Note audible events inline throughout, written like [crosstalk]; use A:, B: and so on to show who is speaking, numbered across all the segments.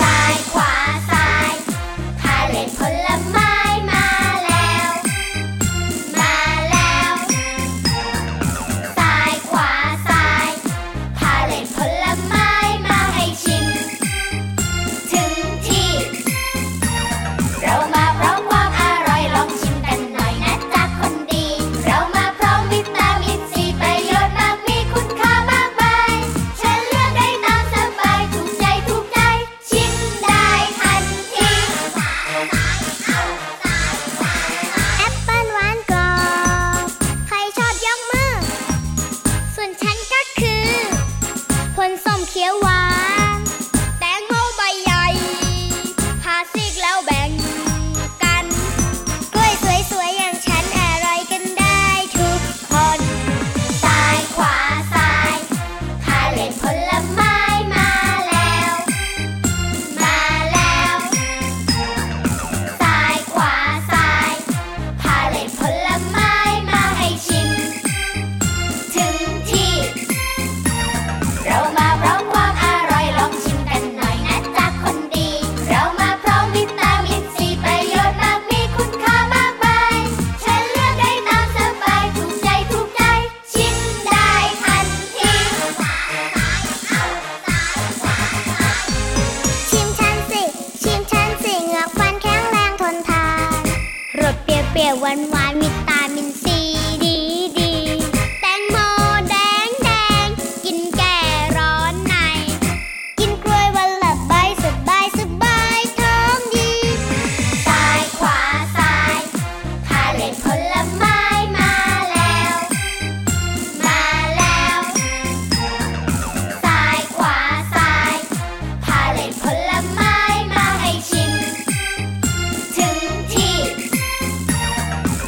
A: ซ้ายขวาซ้ายพาเล่นผลไม้มาแล้ว มาแล้วซ้ายขวาซ้ายพาเล่นผลไม้มาให้ชิม ถึงที่ เรามาพร้อมความอร่อยลองชิมกันหน่อยนะจ๊ะคนดี เรามาพร้อมวิตามินซีประโยชน์มากมีคุณค่ามากมายฉันเลือกได้ตามสบายถูกใจถูกใจ ชิมได้ทันที
B: แอปเปิ้ลหวานกรอบ ใครชอบยกมือ ส่วนฉันก็คือผลส้มเขียวหวาน แตงโมใบใหญ่พาซิกแล้วแบ่งกัน กล้วยสวยๆ อย่างฉันอร่อยกันได้ทุกคน
A: ซ้ายขวาซ้ายพาเล่นผลไม้มาแล้ว มาแล้วซ้ายขวาซ้ายพาเล่นผลไม้มาให้ชิม ถึงที่ เรามาพร้อมความอร่อยลองชิมกันหน่อยนะจ๊ะคนดี เรามาพร้อมวิตามินซีประโยชน์มากมีคุณค่ามากมายฉันเลือกได้ตามสบายถูกใจถูกใจ ชิมได้ทันที
B: ชิมฉันสิ ชิมฉันสิเหงือกฟันแข็งแรงทนทานรสเปรี้ยวๆหวานหวานๆวิตามินซีดีดีๆแตงโมแดงแดงๆกินแก่ร้อนใน กินกล้วยวันละใบสบายสบายท้องดี
A: ซ้ายขวาซ้ายพาเล่นผลไม้มาแล้ว มาแล้วซ้ายขวาซ้ายพาเล่นผลไม้มาให้ชิม ถึงที่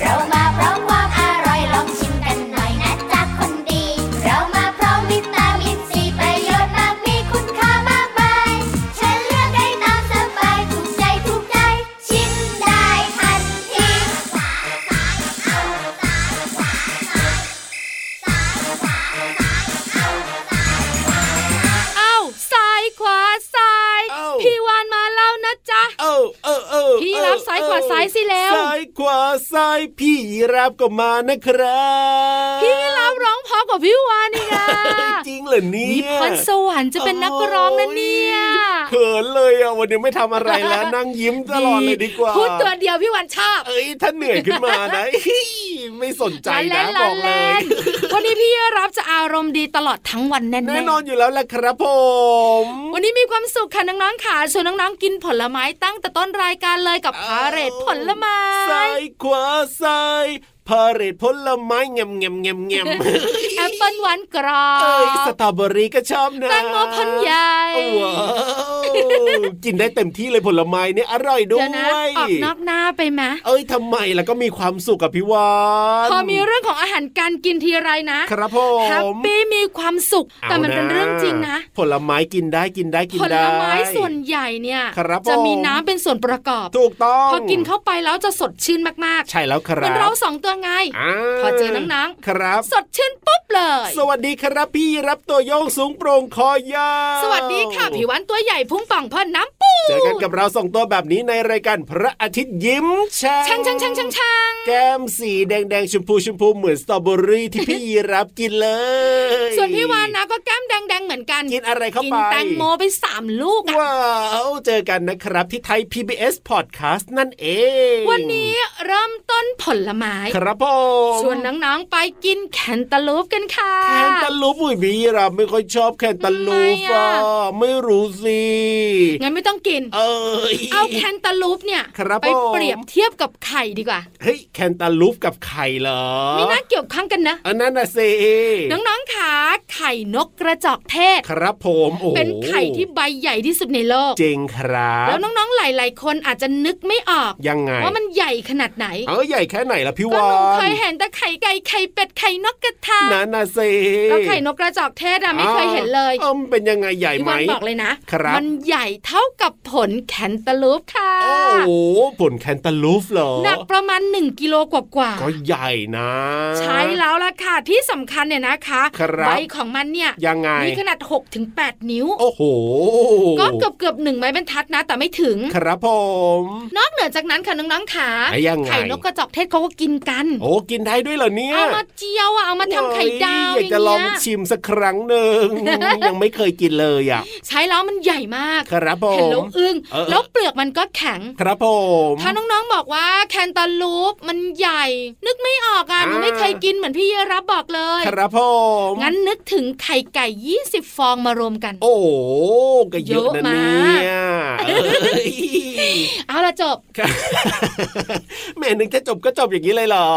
A: เรามาพร้อมความอร่อยลองชิมกันหน่อยนะจ๊ะคนดี เรามาพร้อมวิตามินซีประโยชน์มากมีคุณค่ามากมายฉันเลือกได้ตามสบายถูกใจถูกใจ ชิมได้ทันที
C: เอ้าซ้ายขวาซ้าย
D: เอ้า
C: พี่วานมาแล้วนะจ๊ะ
D: เออเออเออ
C: พี่ยีราฟซ้ายขวาซ้ายสิแล้ว
D: ซ้ายขวาซ้ายพี่ยีรับก็มานะครับ
C: พี่รับร้องเพราะกว่าพี่วานอีกอะ
D: จริงเหรอเนี่ย
C: มีพรสวรรค์จะเป็นนักร้องนะเนี่ย
D: เขินเลยอ่ะวันนี้ไม่ทำอะไร
C: [laughs]
D: แล้ว นั่งยิ้มตลอดเลยดีกว่า
C: พูดตัวเดียวพี่วานชอบ
D: เอ้ยถ้าเหนื่อยขึ้นมานะ [laughs] ไม่สนใจนะ
C: ๆๆ
D: บอกเลย
C: ๆวันนี้พี่รับจะอารมณ์ดีตลอดทั้งวันแน่ๆ
D: แน่นอนอยู่แล้วแหละครับผม
C: วันนี้มีความสุขค่ะน้องๆค่ะชวนน้องๆกินผลไม้ตั้งแต่ต้นรายการเลยกับพาเรตผลไม้
D: ซ้ายขวาซ้ายพาเหรดผลไม้เงมเงมเงมเงม
C: แอปเปิ้ลหวานกรอ
D: เอ้ยส
C: บ
D: ตรอเบอรี่ก็ชอบนะ
C: แตงโมพันใหญ่
D: ว้าวกินได้เต็มที่เลยผลไม้เนี่ยอร่อยด้วย
C: เดี๋ยวนะออกนอกหน้าไปไหมะ
D: เอ้ยทำไมแล้วก็มีความสุขกับพี่วาน
C: พอมีเรื่องของอาหารการกินทีไรนะครับ
D: ผ
C: แฮป
D: ม
C: ปี้มีความสุข แต่มัน
D: าะ
C: เป็นเรื่องจริงนะ
D: ผลไม้กินได้กินได้กิน
C: ผล
D: ได้
C: ไม้ส่วนใหญ่เนี่ย
D: ครับ
C: จะมี
D: ผม
C: น้ำเป็นส่วนประกอบ
D: ถูกต้อง
C: พอกินเข้าไปแล้วจะสดชื่นมาก
D: ใช่แล้วค
C: ๆ
D: รับ
C: เป็นเราสองตัวไง
D: า
C: พอเจอน้ำๆ
D: ครับ
C: สดชื่นปุ๊บเลย
D: สวัสดีครับพี่รับตัวโยงสูงโปร่งคอยาว
C: สวัสดีค่ะผิววันตัวใหญ่พุ่งป่องพอน้ำปู
D: เจอกันกับเราสองตัวแบบนี้ในรายการพระอาทิตย์ยิ้มแฉ่
C: ช่างช่างช่างช่างช่าง
D: แก้มสีแดงแดงๆชมพูชมพูเหมือนสตรอเบอรี่ที่พี่รับกินเลย
C: ส่วนพี่วานนะก็แก้มแดงๆเหมือนกัน
D: กินอะไรเข้าไป
C: แตงโมไปสามลูกอะ
D: ว้าวเจอกันนะครับที่ไทย PBS Podcast นั่นเอง
C: วันนี้เริ่มต้นผลไม้
D: ครับผม
C: ชวนน้องๆไปกินแคนตาลูปกันค่ะ
D: แคนตาลูปอุ้ยบีเราไม่ค่อยชอบแคนตาลูป
C: ทำไมอะ
D: อ่ะไม่รู้สิ
C: งั้นไม่ต้องกิน
D: เอ้ย
C: เอาแคนตาลูปเนี่ย
D: ครับ
C: ไป
D: ผม
C: เปรียบเทียบกับไข่ดีกว่า
D: เฮ้ยแคนตาลูปกับไข่เหรอ
C: ไม่น่าเกี่ยวข้องกันนะ
D: อันนั้นน่ะสิ
C: น้องๆขาไข่นกกระจอกเท ทศ
D: ครับผมโอ้โห
C: เป็นไข่ที่ใบใหญ่ที่สุดในโลก
D: จริงครับ
C: แล้วน้องๆ หลายๆ คนอาจจะนึกไม่ออก
D: ยังไง
C: ว่ามันใหญ่ขนาดไหน
D: เออใหญ่แค่ไหนล่ะพี่
C: ก็
D: วา
C: หนู
D: น
C: เคยเห็นแต่ไข่ไก่ไข่เป็ดไข่นกกระทา
D: นั่นนะสิ
C: แล้วไข่นกกระจอกเทศอะไม่เคยเห็นเลย
D: เออมันเป็นยังไงใหญ่
C: พี่
D: ไหม
C: บอลบอกเลยนะครับ มันใหญ่เท่ากับผลแคนตาลูปค่ะ
D: โอ้โหผลแคนตาลูปเหรอ
C: หนักประมาณ 1 กิโลกว่า
D: ก็ใหญ่นะ
C: ๆใช้แล้วล่ะค่ะที่สำคัญเนี่ยนะคะ
D: ครับ
C: ใบของมันเนี่ย
D: ยังไง
C: มีขนาด6ถึง8นิ้ว
D: โอ้โห
C: ก็เกือบเกือบๆหนึ่งไม้บรรทัดนะ แต่ไม่ถึง
D: ครับผม
C: นอกเหนือจากนั้นค่ะน้องๆขา
D: ไหนยังไง
C: ไข่นกกระจอกเทศเขาก็กินกัน
D: โอ้กินได้ด้วยเหรอเนี่ย
C: เอามาเจียวอะเอามาทำไข่ดาว
D: โอ้ยอยากจะลอง
C: ย่างเงี้ย
D: ชิมสักครั้งหนึ่
C: [laughs]
D: ง ยังไม่เคยกินเลยอ่ะ
C: ใช้แล้วมันใหญ่มาก
D: ครับผ
C: เห็นแล้
D: ม
C: วอึ้ง
D: เออ
C: แล้วเปลือกมันก็แข็ง
D: ครับผม
C: ถ้าน้องๆบอกว่าแคนตาลูปมันใหญ่ นึกไม่ออกอะ
D: อ่า
C: หนูไม่เคยกินเหมือนพี่เยรับบอกเลย
D: ครับผม
C: งั้นนึกถึงไข่ไก่ 20 ฟองมารวมกัน
D: โอ้โหก็เยอะนะเนี่ยเอ้ย
C: เอาละจบ
D: ครับแหม่นึกจะจบก็จบอย่างนี้เลยเหรอ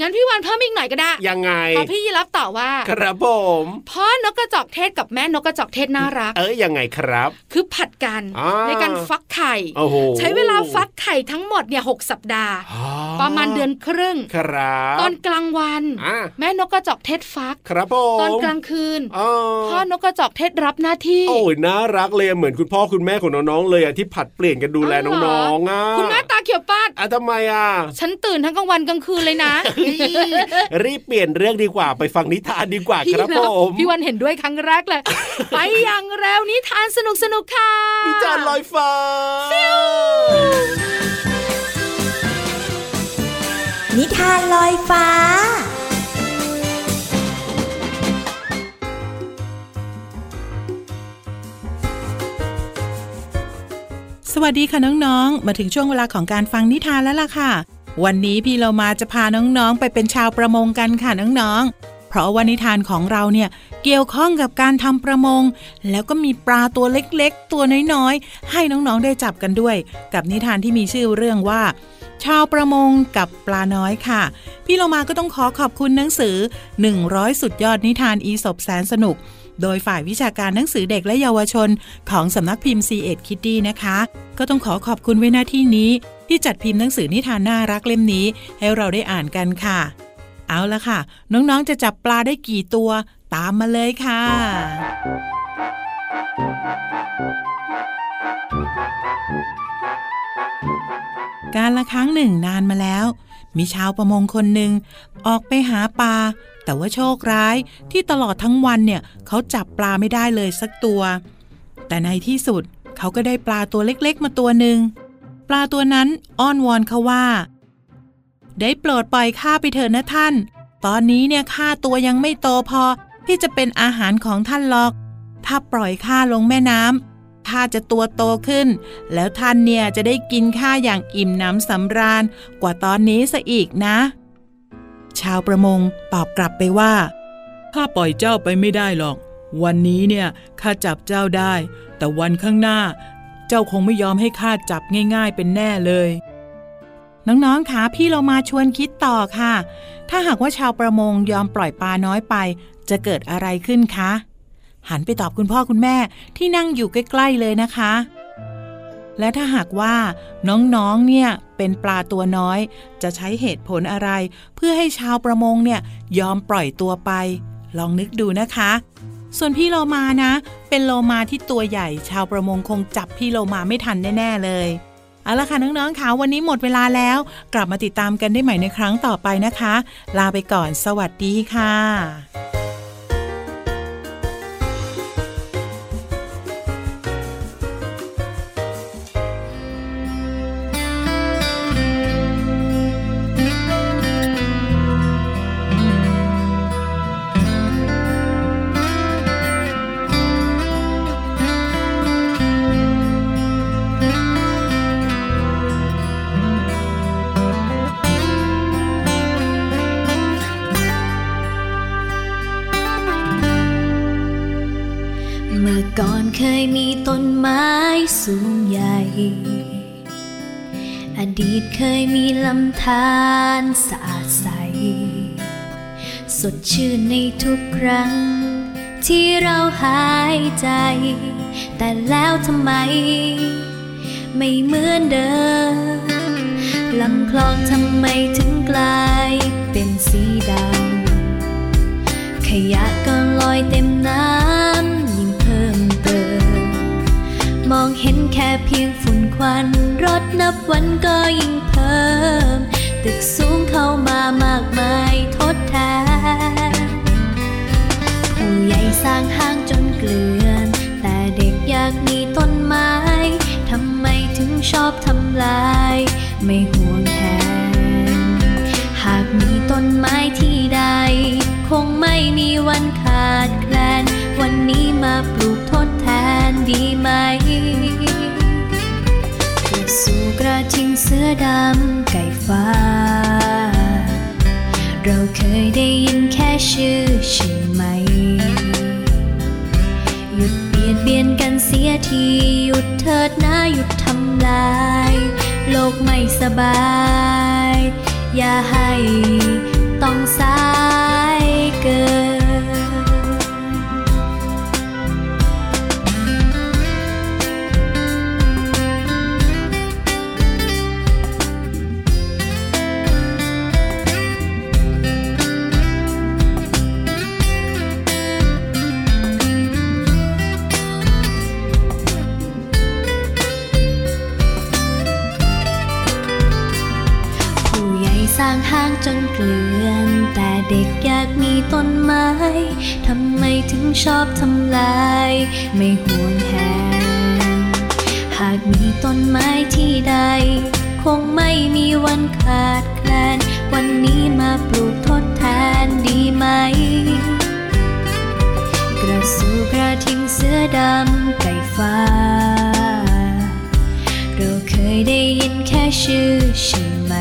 C: งั้นพี่วันเพิ่มอีกหน่อยก็ได้
D: ยังไง
C: พอพี่เยรับต่อว่า
D: ครับผม
C: พ่อนกกระจอกเทศกับแม่นกกระจอกเทศน่ารัก
D: เอ้ยยังไงครับ
C: คือผัดกัน
D: อ่า
C: ในการฟักไข่
D: โอ้โห
C: ใช้เวลาฟักไข่ทั้งหมดเนี่ยหสัปดาห์
D: อ๋อ
C: ประมาณเดือนครึ่ง
D: ครับ
C: ตอนกลางวัน
D: อ่า
C: แม่นกกระจอกเทศฟัก
D: ครับผม
C: ตอนกลางคืน
D: อ๋อ
C: พ่อนกกระจอกเทศรับหน้าที่
D: โอ้ยน่ารักเลยเหมือนคุณพ่อคุณแม่ของน้องๆเลยอ่ะที่ผัดเปลี่ยนกันดูแล
C: อ๋อเหรอ
D: น้องๆอ่ะ
C: คุณแม่ตาเขียวป้าด
D: อ่ะทำไมอ่ะ
C: ฉันตื่นทั้งกลางวันกลางคืนเลยนะ
D: เฮ้ยรีบเปลี่ยนเรื่องดีกว่าไปฟังนิทานดีกว่า
C: พี่
D: ครับ
C: นะ
D: ผม
C: พี่วันเห็นด้วยครั้งแรก
D: [laughs]
C: เลย ไปอย่างเร็วนิทานสนุกสนุกๆค่ะ
D: นิทานลอยฟ้า
A: นิทานลอยฟ้า
E: สวัสดีค่ะน้องๆ มาถึงช่วงเวลาของการฟังนิทานแล้วล่ะค่ะ วันนี้พี่เรามาจะพาน้องๆ ไปเป็นชาวประมงกันค่ะน้องๆ เพราะว่านิทานของเราเนี่ยเกี่ยวข้องกับการทำประมง แล้วก็มีปลาตัวเล็กๆ ตัวน้อยๆ ให้น้องๆ ได้จับกันด้วย กับนิทานที่มีชื่อเรื่องว่า ชาวประมงกับปลาน้อยค่ะ พี่เรามาก็ต้องขอขอบคุณหนังสือ 100 สุดยอดนิทานอีสบแสนสนุก โดยฝ่ายวิชาการหนังสือเด็กและเยาวชน ของสำนักพิมพ์ C ีเอ็ดคิตตี้นะคะ ก็ต้องขอขอบคุณไว้หน้าที่นี้ ที่จัดพิมพ์หนังสือนิทานน่ารักเล่มนี้ ให้เราได้อ่านกันค่ะ เอาละค่ะ น้องๆจะจับปลาได้กี่ตัว ตามมาเลยค่ะ การละครั้งหนึ่งนานมาแล้ว มีชาวประมงคนหนึ่งออกไปหาปลา แต่ว่าโชคร้ายที่ตลอดทั้งวันเนี่ยเขาจับปลาไม่ได้เลยสักตัว แต่ในที่สุดเขาก็ได้ปลาตัวเล็กๆ มาตัวหนึ่ง ปลาตัวนั้นอ้อนวอนเขาว่า ได้โปรดปล่อยข้าไปเถอะนะท่าน ตอนนี้เนี่ยข้าตัวยังไม่โตพอที่จะเป็นอาหารของท่านหรอก ถ้าปล่อยข้าลงแม่น้ำข้าจะตัวโตขึ้น แล้วท่านเนี่ยจะได้กินข้าอย่างอิ่มหน้ำสำราญกว่าตอนนี้ซะอีกนะ ชาวประมงตอบกลับไปว่า ข้าปล่อยเจ้าไปไม่ได้หรอก วันนี้เนี่ยข้าจับเจ้าได้ แต่วันข้างหน้า เจ้าคงไม่ยอมให้ข้าจับง่าย ๆ เป็นแน่เลย น้องๆคะพี่เรามาชวนคิดต่อค่ะ ถ้าหากว่าชาวประมงยอมปล่อยปลาน้อยไป จะเกิดอะไรขึ้นคะ หันไปตอบคุณพ่อคุณแม่ที่นั่งอยู่ใกล้ๆเลยนะคะ และถ้าหากว่าน้องๆ เนี่ยเป็นปลาตัวน้อย จะใช้เหตุผลอะไร เพื่อให้ชาวประมงเนี่ยยอมปล่อยตัวไป ลองนึกดูนะคะ ส่วนพี่โลมานะ เป็นโลมาที่ตัวใหญ่ ชาวประมงคงจับพี่โลมาไม่ทันแน่ๆเลย เอาละค่ะน้องๆค่ะวันนี้หมดเวลาแล้ว กลับมาติดตามกันได้ใหม่ในครั้งต่อไปนะคะ ลาไปก่อนสวัสดีค่ะ
F: เมื่อก่อนเคยมีต้นไม้สูงใหญ่ อดีตเคยมีลำธารสะอาดใส สดชื่นในทุกครั้ง ที่เราหายใจ แต่แล้วทำไม ไม่เหมือนเดิมลำคลองทำไมถึงกลายเป็นสีดำขยะก็ลอยเต็มน้ำยิ่งเพิ่มเติม มองเห็นแค่เพียงฝุ่นควัน รถนับวันก็ยิ่งเพิ่ม ตึกสูงเข้ามามากมายทดแทน ผู้ใหญ่สร้างห้างจนเกลือน แต่เด็กอยากมีต้นไม้ ทำไมถึงชอบทำลาย ไม่ห่วงแทน หากมีต้นไม้ที่ใด คงไม่มีวันขาดแคลน วันนี้มาปลูกทดแทนดีไหม ปลูกสู่กระทิงเสื้อดำไก่ฟ้า เราเคยได้ยินแค่ชื่อใช่ไหม หยุดเบียดเบียนกันเสียที หยุดเถิดนะหยุดทำลาย โลกไม่สบาย อย่าให้ต้องสายเกิน ผู้ใหญ่สร้างห้างจนเกลือน แต่เด็กอยากมีต้นไม้ ทำไมถึงชอบทำลาย ไม่ห่วงแหนหากมีต้นไม้ที่ใด คงไม่มีวันขาดแคลน วันนี้มาปลูกทดแทนดีไหม กระสูกระทิงเสื้อดำไก่ฟ้า เราเคยได้ยินแค่ชื่อใช่ไหม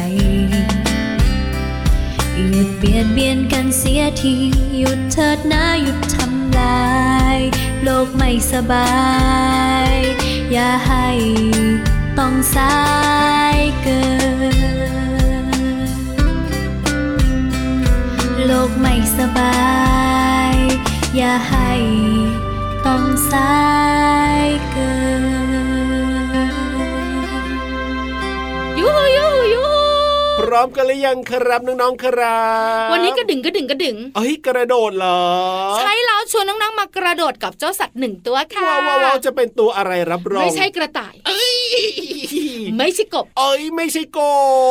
F: หยุดเบียดเบียนกันเสียที หยุดเถิดนะหยุดทำลาย โลกไม่สบาย อย่าให้ต้องสายเกิน โลกไม่สบาย อย่าให้ต้องสายเกิน
C: ยูฮูยูฮูยูฮู
D: พร้อมกันหรือยังครับน้องๆครับ
C: วันนี้กระดึงกระดึงกระดึง
D: เอ้ยกระโดดเหรอ
C: ใช่แล้วชวนน้องๆมากระโดดกับเจ้าสัตว์หนึ่งตัวค่ะ
D: ว้าวว้าวๆๆจะเป็นตัวอะไรรับรอง
C: ไม่ใช่กระต่าย
D: เอ้ย
C: ไม่ใช่กบ
D: เอ้ยไม่ใช่ก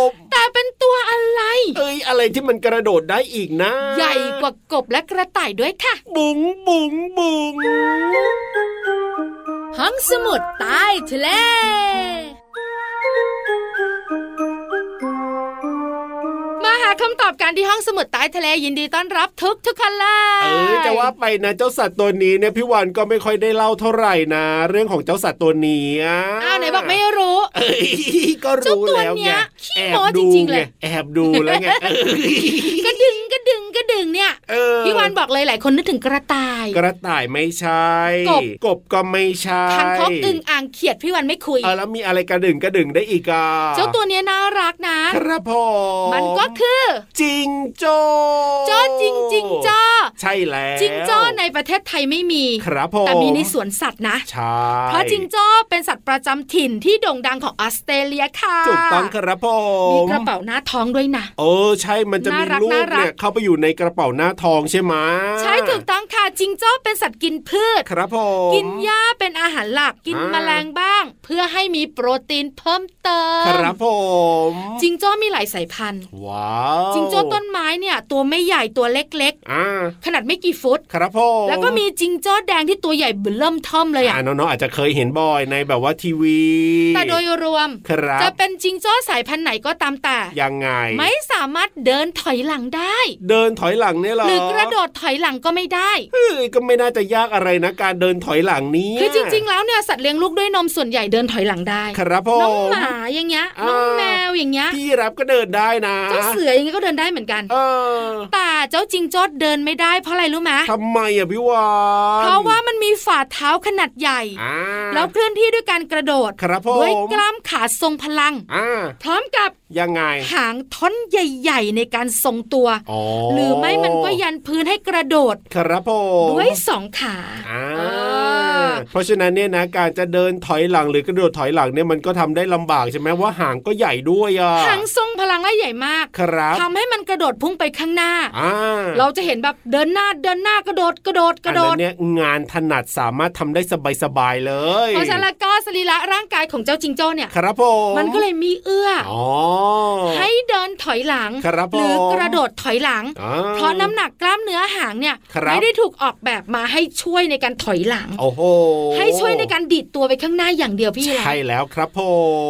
D: บ
C: แต่เป็นตัวอะไร
D: เอ้ยอะไรที่มันกระโดดได้อีกนะ
C: ใหญ่กว่ากบและกระต่ายด้วยค่ะ
D: บุ๋งบุ๋งบุ๋ง
C: ห้องสมุดใต้ทะเล มาหาคำตอบกันที่ห้องสมุดใต้ทะเลยินดีต้อนรับทุกทุกๆคนเลย
D: เอ้ยจะว่าไปนะเจ้าสัตว์ตัวนี้เนี่ยพี่วานก็ไม่ค่อยได้เล่าเท่าไหร่นะ เรื่องของเจ้าสัตว์ตัวนี้ะ
C: อ้าวไหนบอกไม่รู้
D: เอ้ยก็รู้แล้วไง
C: เจ้าตัวเนี้ยขี้
D: แอบ
C: โม้
D: ดู
C: จริงๆเล
D: ไง
C: ย
D: แอบดูแล้ว
C: [laughs]
D: ไงเอ้ย
C: กระดึงกระดึงกระดึงเนี่ย
D: เออ
C: พี่วานบอกเลยหลายคนนึกถึงกระต่าย
D: กระต่ายไม่ใช่
C: กบ
D: กบก็ไม่ใช่
C: คางคกอึ่งอ่างเขียดพี่วานไม่คุย
D: เออแล้วมีอะไรกระดึ่งกระดึ่งได้อีกอ่ะ
C: เจ้าตัวเนี้ยน่ารักนะ
D: ครับผม
C: มันก็คือ
D: จิงโจ้
C: จ้อจริงจิงจ้อ
D: ใช่แล้ว
C: จิงจ้อในประเทศไทยไม่มี
D: ครับผม
C: แต่มีในสวนสัตว์นะ
D: ใช่
C: เพราะจิงจ้อเป็นสัตว์ประจำถิ่นที่โด่งดังของออสเตรเลียค่ะ
D: ถูกต้องครับผ
C: มี
D: ม
C: กระเป๋าหน้าท้องด้วยนะ
D: เออใช่มันจะมี
C: น่ารัก
D: ลูก
C: น่ารัก
D: เนี่ยเข้าไปอยู่ในกระเป๋าหน้าทองใช่ไหม
C: ใช่ถูกต้องค่ะจิงจ้อเป็นสัตว์กินพืช
D: ครับผม
C: กินหญ้าเป็นอาหารหลักกิน
D: อ่า
C: แมลงบ้าง เพื่อให้มีโปรตีนเพิ่มเติม
D: ครับผม
C: จิงจ้อมีหลายสายพันธุ์
D: ว้าว
C: จิงจ้อต้นไม้เนี่ย ตัวไม่ใหญ่ตัวเล็ก
D: อ่า
C: ๆ ขนาดไม่กี่ฟุต
D: ครับผม
C: แล้วก็มีจิงจ้อแดงที่ตัวใหญ่เบิ่มเท่อมเลย
D: อ่า
C: อ่ะ
D: น้องๆอาจจะเคยเห็นบ่อยในแบบว่าทีวี
C: แต่โดยรวม
D: ครับ
C: จะเป็นจิงจ้อสายพันธุ์ไหนก็ตามแต่
D: ยังไง
C: ไม่สามารถเดินถอยหลังได้
D: เดินถอยหลังเนี่ยเหรอ
C: หรือกระโดดถอยหลังก็ไม่ได้
D: เฮ้ยก็ไม่น่าจะยากอะไรนะ การเดินถอยหลังนี้
C: คือจริง ๆ แล้วเนี่ยสัตว์เลี้ยงลูกด้วยนมส่วนใหญ่เดินถอยหลังได้
D: ครับผม
C: น้องหมาอย่างเงี้ย
D: อ่า
C: น้องแมวอย่างเงี้ย
D: พี่รับก็เดินได้นะ
C: เจ้าเสืออย่างเงี้ยก็เดินได้เหมือนกัน
D: เออ
C: แต่เจ้าจิงโจ้เดินไม่ได้เพราะอะไรรู้ไหม
D: ทำไมอ่ะพี่วาน
C: เพราะว่ามันมีฝ่าเท้าขนาดใหญ่
D: อ่า
C: แล้วเคลื่อนที่ด้วยการกระโดด
D: ครับผม
C: ด้วยกล้ามขาทรงพลัง
D: อ่า
C: พร้อมกับ
D: ยังไง
C: หางท่อนใหญ่ ๆ ในการทรงตัว
D: อ๋อ
C: หรือไม่มันก็ยันพื้นให้กระโดด
D: ครับผม
C: ด้วยสองขา
D: อ่า
C: เออ
D: เพราะฉะนั้นเนี่ยนะการจะเดินถอยหลังหรือกระโดดถอยหลังเนี่ยมันก็ทำได้ลำบากใช่ไหมว่าหางก็ใหญ่ด้วยอ่ะ
C: หางทรงพลังและใหญ่มาก
D: ครับ
C: ทำให้มันกระโดดพุ่งไปข้างหน้า
D: อ่า
C: เราจะเห็นแบบเดินหน้าเดินหน้ากระโดดกระโดดกระโด
D: อั
C: ด
D: นนั้นเนี่ยงานถนัดสามารถทำได้สบายๆเลย
C: เพราะฉะนั้นแล้วก็สรีระร่างกายของเจ้าจิงโจ้เนี่ย
D: ครับผม
C: มันก็เลยมีเอื้ออ
D: อ๋อ
C: ให้เดินถอยหลัง
D: ครับ
C: หรือ
D: ผม
C: กระโดดถอยหลัง
D: อ่
C: เพราะน้ำหนักกล้ามเนื้อหางเนี่ย
D: ครับ
C: ไม่ได้ถูกออกแบบมาให้ช่วยในการถอยหลัง
D: โอ้โห
C: ให้ช่วยในการดีดตัวไปข้างหน้าอย่างเดียวพี่เรา
D: ใช่แล้วครับผ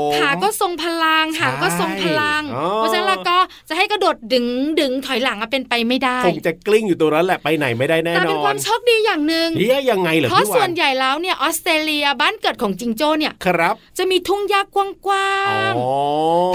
D: ม
C: ขาก็ทรงพลังหางก็ทรงพลัง
D: ใช่อ๋อ
C: เพราะฉะนั้นแล้วก็จะให้กระโดดดึงดึงถอยหลังอะเป็นไปไม่ได้
D: คงจะกลิ้งอยู่ตรงนั้นแหละไปไหนไม่ได้แน่
C: แต่
D: น
C: เป็น
D: อ
C: ควาน มโชคดีอย่างหนึ่ง
D: เฮียยังไงเหรอ
C: เพราะ
D: พี่
C: ส่
D: วั
C: วนใหญ่แล้วเนี่ยออสเตรเลียบ้านเกิดของจิงโจ้เนี่ย
D: ครับ
C: จะมีทุ่งหญ้ากว้า
D: อ๋อ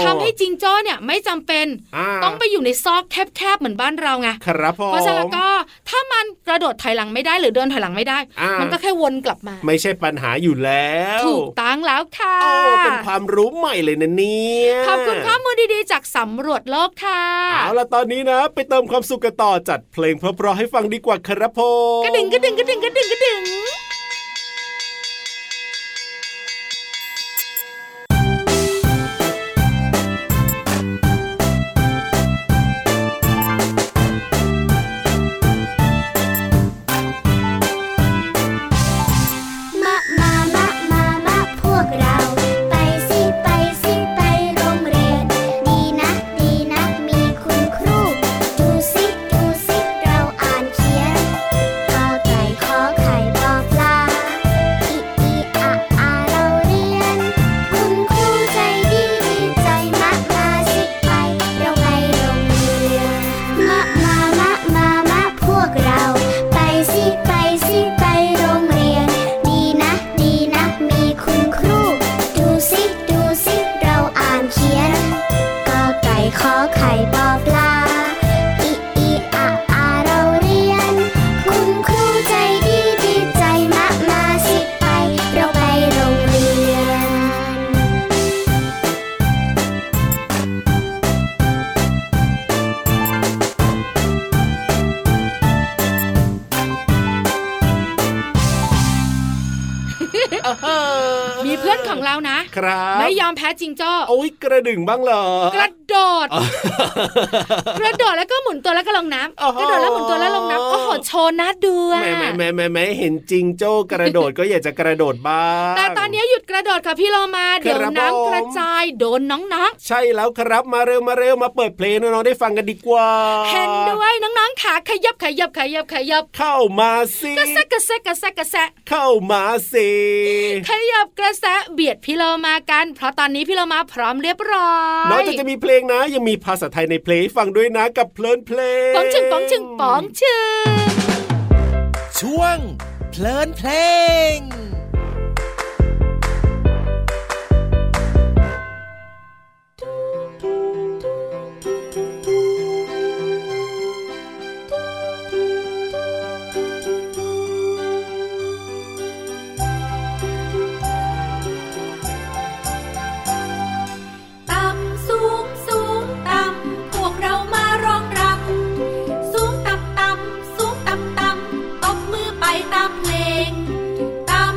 D: ง
C: ๆทำให้จิงโจ้เนี่ยไม่จำเป็น
D: า
C: ต้องไปอยู่ในซอกแคบๆเหมือนบ้านเราไง
D: ครับผม
C: เพราะฉะนั้นแล้วก็ถ้ามันกระโดดถอยหลังไม่ได้หรือเดินถอยหลังไม่ได้
D: อ่ามั
C: มันก็แค่วนกลับมา
D: ไม่ใช่ปัญหาอยู่แล้ว
C: ถูกตั้องแล้วค่ะ
D: โอ้เป็นความรู้ใหม่เลยนะเนี่ย
C: ขอบคุณข้อมูลดีๆ จากสำรวจโลกค่ะ
D: เอาล่ะตอนนี้นะ ไปเติมความสุขกันต่อจัดเพลงเพราะๆให้ฟังดีกว่าครับผม
C: กระดึงกระดึงกระดึงกระดึงกระดึง
B: มะมามะมามะพวกเรา ไปสิไปสิไปโรงเรียน ดีนะดีนะมีคุณครู ดูสิดูสิเราอ่านเขียนกอไก่ขอไข่ปอปลาอีอีอะอาเราเรียน คุณครูใจดีดีใจมะมาสิไปเราไปโรงเรียนมะมามะมามะพวกเรา ไปสิไปสิไปโรงเรียน ดีนะดีนะมีคุณครู ดูสิดูสิเราอ่านเขียนกอไก่ขอไข่ปอปลาอีอีอะอาเราเรียน คุณครูใจดีดีใจมะมาสิไป เราไปโรงเรียน
C: มีเพื่อนของเรานะ
D: ครับ
C: ไม่ยอมแพ้จิงโจ้
D: โอ้ยกระดึงบ้างเหรอ
C: กระโดด กระโดดแล้วก็หมุนตัวแล้วก็ลงน้
D: โอ้โห
C: ำกระโดดแล้วหมุนตัวแล้วลงน้ำโอ้โหโชว์นะดูอะ
D: แหม่แหม่แหม่แหม่แหม่เห็นจริงโจ้กระโดดก็อยากจะกระโดดบ้าง
C: แต่ตอนนี้หยุดกระโดดค่ะพี่โลมาเดี๋ยว
D: ครับ
C: น้ำ
D: ผม
C: กระจายโดนน้อง
D: ใช่แล้วครับมาเร็วมาเร็วมาเปิดเพลงให้น้องๆได้ฟังกันดีกว่า
C: ๆเห็นด้วยน้องๆขาขยับขยับขยับขยับ
D: เข้ามาสิ
C: กระแซะกระแซะกระแซะกระแซะ
D: เข้ามาสิ
C: ขยับกระแสะเบียดพี่เรามากัน เพราะตอนนี้พี่เรามาพร้อมเรียบร้อย
D: นอกจากจะมีเพลงนะ ยังมีภาษาไทยในเพลงให้ฟังด้วยนะกับเพลินเพลง
C: ป๋องชึงป๋องชึงป๋องชึง
G: ช่วงเพลินเพลง
H: ต่ำสูงสูงต่ำพวกเรามารองรับ สูงต่ำต่ำสูงต่ำต่ำตบมือไปตามเพลง ต่ำ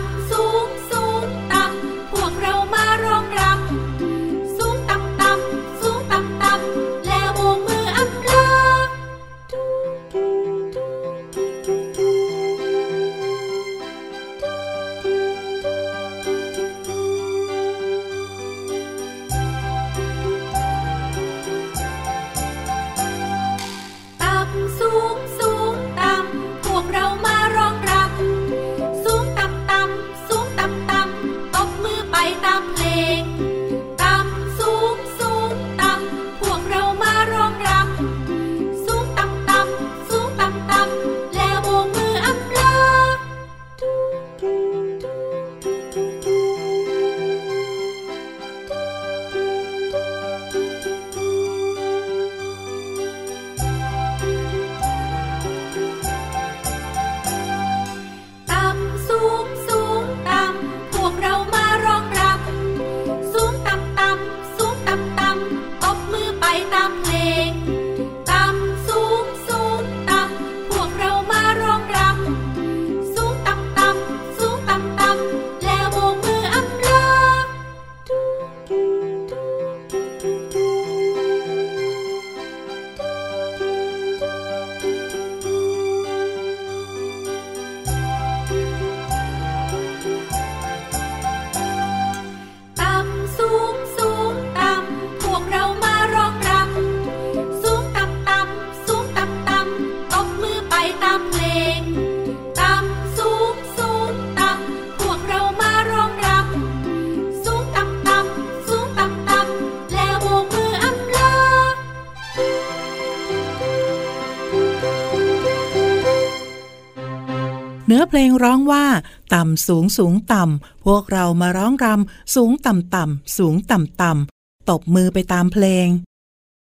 E: เนื้อเพลงร้องว่า ต่ำสูงสูงต่ำ พวกเรามาร้องรำสูงต่ำต่ำสูงต่ำต่ำตบมือไปตามเพลง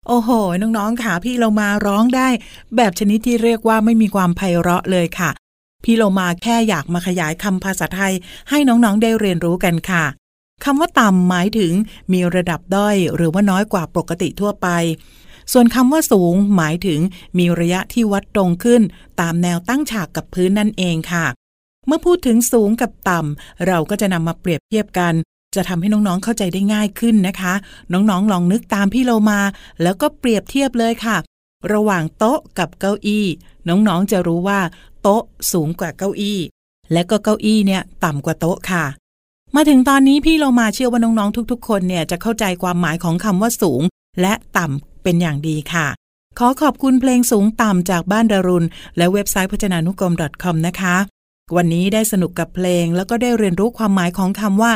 E: โอ้โห น้องๆค่ะพี่เรามาร้องได้ แบบชนิดที่เรียกว่าไม่มีความไพเราะเลยค่ะ พี่เรามาแค่อยากมาขยายคำภาษาไทย ให้น้องๆได้เรียนรู้กันค่ะคำว่าต่ำหมายถึงมีระดับด้อยหรือว่าน้อยกว่าปกติทั่วไป ส่วนคำว่าสูงหมายถึงมีระยะที่วัดตรงขึ้น ตามแนวตั้งฉากกับพื้นนั่นเองค่ะ เมื่อพูดถึงสูงกับต่ำ เราก็จะนำมาเปรียบเทียบกัน จะทำให้น้องๆเข้าใจได้ง่ายขึ้นนะคะ น้องๆลองนึกตามพี่โลมา แล้วก็เปรียบเทียบเลยค่ะ ระหว่างโต๊ะกับเก้าอี้ น้องๆจะรู้ว่า โต๊ะสูงกว่าเก้าอี้ และก็เก้าอี้เนี่ยต่ำกว่าโต๊ะค่ะ มาถึงตอนนี้พี่เรามาเชื่อว่าน้องๆทุกๆ คนเนี่ยจะเข้าใจความหมายของคำว่าสูง และต่ำเป็นอย่างดีค่ะ ขอขอบคุณเพลงสูงต่ำจากบ้านดารุณ และเว็บไซต์พจนานุกรม .com นะคะ วันนี้ได้สนุกกับเพลง แล้วก็ได้เรียนรู้ความหมายของคำว่า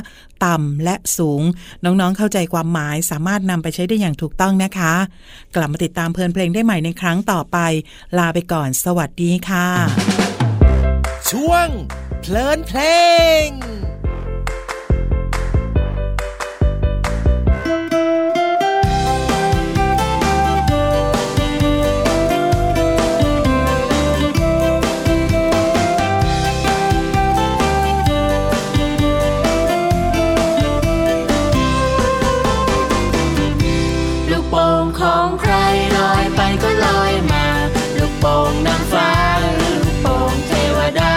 E: ต่ำและสูง น้องๆเข้าใจความหมายสามารถนำไปใช้ได้อย่างถูกต้องนะคะ กลับมาติดตามเพลินเพลงได้ใหม่ในครั้งต่อไป ลาไปก่อน สวัสดีค่ะ
I: ช่วง เพลินเพลง
J: ลูกโป่งของใครลอยไปก็ลอยมา ลูกโป่งนางฟ้าหรือลูกโป่งเทวดา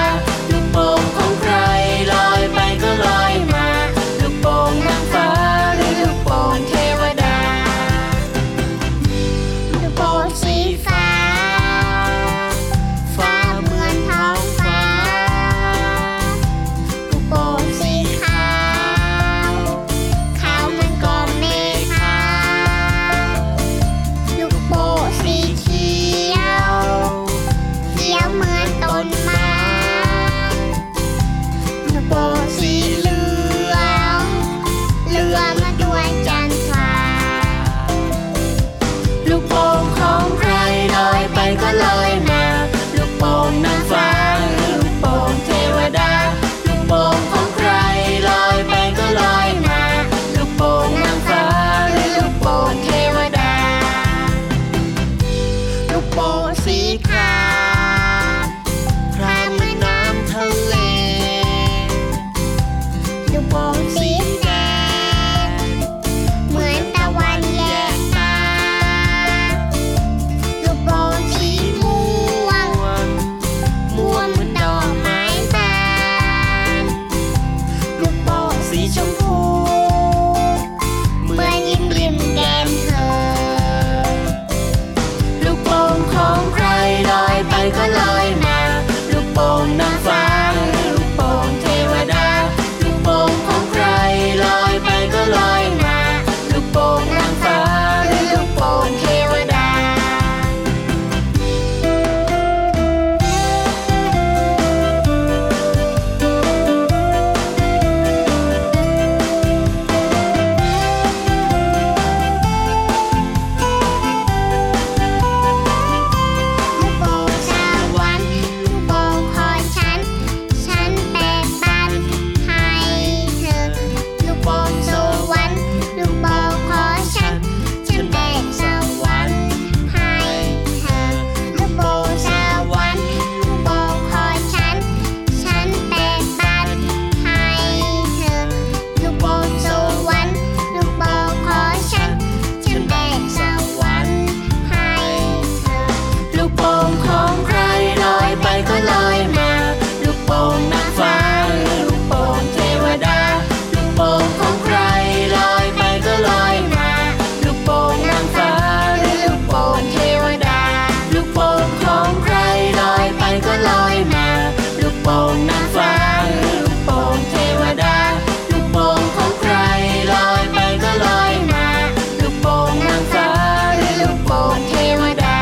J: ลูกโป่งของใครลอยไปก็ลอยมา ลูกโป่งนางฟ้าหรือลูกโป่งเทวดา ลูกโป่งสีฟ้า ฟ้าเหมือนท้องฟ้า ลูกโป่งสีขาว ขาวเหมือนกองเมฆขาว ลูกโป่งสีเขียว เขียวเหมือนต้นไม้ ลูกโป่งสีเหลือง เหลืองมาด้วยจันทรา ลูกโป่งของใครลอยไปก็ลอยมา ลูกโป่งนางฟ้าหรือลูกโป่งเทวดา ลูกโป่งของใครลอยไปก็ลอยมา ลูกโป่งนางฟ้าหรือลูกโป่งเทวดา ลูกโป่งสีขาวพรามในน้ำทะเล ลูกโป่งสีแดง เหมือนตะวันแยกตา ลูกโป่งสีม่วง ม่วงเหมือนดอกไม้บานลูกโป่งสีชมพู เหมือนยิ้มริมแก้มเธอ ลูกโป่งของใครลอยไปก็ลอยมา ลูกโป่งนางฟ้าหรือลูกโป่งเทวดา ลูกโป่งของใครลอยไปก็ลอยมา ลูกโป่งนางฟ้าหรือลูกโป่งเทวดา
G: ลูกโป่งสวรรค์ลูกโป่งของฉัน ฉันแบ่งปันให้เธอ ลูกโป่งสวรรค์ลูกโป่งของฉัน ฉันแบ่งสวรรค์ให้เธอ ลูกโป่งสวรรค์ลูกโป่งของฉัน ฉันแบ่งปันให้เธอ ลูกโป่งสวรรค์ลูกโป่งของฉัน ฉันแบ่งสวรรค์ให้เธอ
J: ลูกโป่งของใครลอยไปก็ลอยมา ลูกโป่งนางฟ้าหรือลูกโป่งเทวดา ลูกโป่งของใครลอยไปก็ลอยมา ลูกโป่งนางฟ้าหรือลูกโป่งเทวดา ลูกโป่งของใครลอยไปก็ลอยมา ลูกโป่งนางฟ้าหรือลูกโป่งเทวดา ลูกโป่งของใครลอยไปก็ลอยมา ลูกโป่งนางฟ้าหรือลูกโป่งเทวดา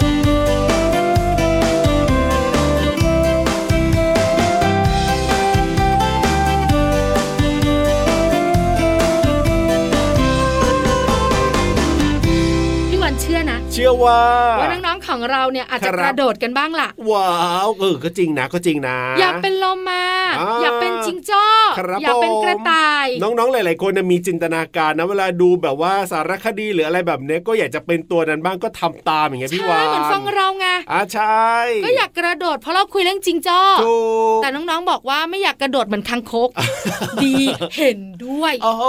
C: พี่วันเชื่อนะ
K: เชื่อว่า
C: ว่าน้องๆของ ของเราเนี่ยอาจจะ
D: ค
C: ก
D: รับ
C: ระโดดกันบ้างล่ะ
D: ว้าวเออก็จริงนะก็จริงนะ
C: อยากเป็นโลมา
D: อ่า
C: อยากเป็นจิงจ้อ
D: ครับ
C: อยากเป็น
D: ผม
C: กระต่าย
D: น้องๆ หลาย ๆ คนน่ะมีจินตนาการนะเวลาดูแบบว่าสารคดีหรืออะไรแบบเนี้ยก็อยากจะเป็นตัวนั้นบ้างก็ทำตามอย่างเงี้ยพี่วาน
C: ใช่เหมือนฟังเราไง
D: อ่าใช่
C: ก็อยากกระโดดเพราะเราคุยเรื่องจิงจ้อ
D: ถูก
C: แต่น้องๆบอกว่าไม่อยากกระโดดเหมือนคังค
D: [laughs]
C: ก ดีเห็นด้วย
D: โอ้โห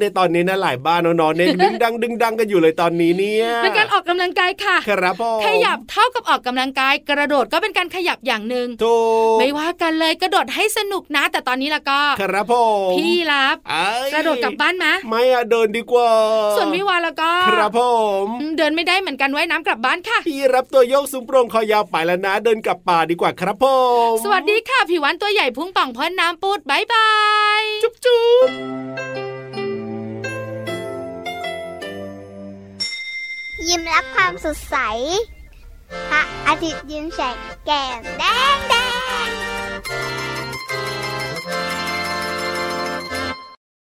D: ในตอนนี้นะหลายบ้านน้องๆเนี่ยดึงดังดึงดังกันอยู่เลยตอนนี้เนี่ย
C: เป็นการออกกำลังกายค่ะ
D: ครับผม
C: ขยับเท่ากับออกกำลังกาย กระโดดก็เป็นการขยับอย่างหนึ่ง
D: ถูก
C: ไม่ว่ากันเลยกระโดดให้สนุกนะ แต่ตอนนี้ละก็
D: ครับผม
C: พี่รับ
D: เอ้ย
C: กระโดดกลับบ้านมะ
D: ไม่อะเดินดีกว่า
C: ส่วนวิวาแล้วก็
D: ครับผม
C: อืมเดินไม่ได้เหมือนกันว่ายน้ำกลับบ้านค่ะ
D: พี่รับตัวโยกสูงโปร่งคอยาวไปแล้วนะเดินกลับป่าดีกว่าครับผม
C: สวัสดีค่ะผิววันตัวใหญ่พุงป่องพ้นน้ำปูดบายบาย
D: จุ๊บจุ๊บ
B: ยิ้มรับความสดใส พระอาทิตย์ยิ้มแฉกแก้มแดงแด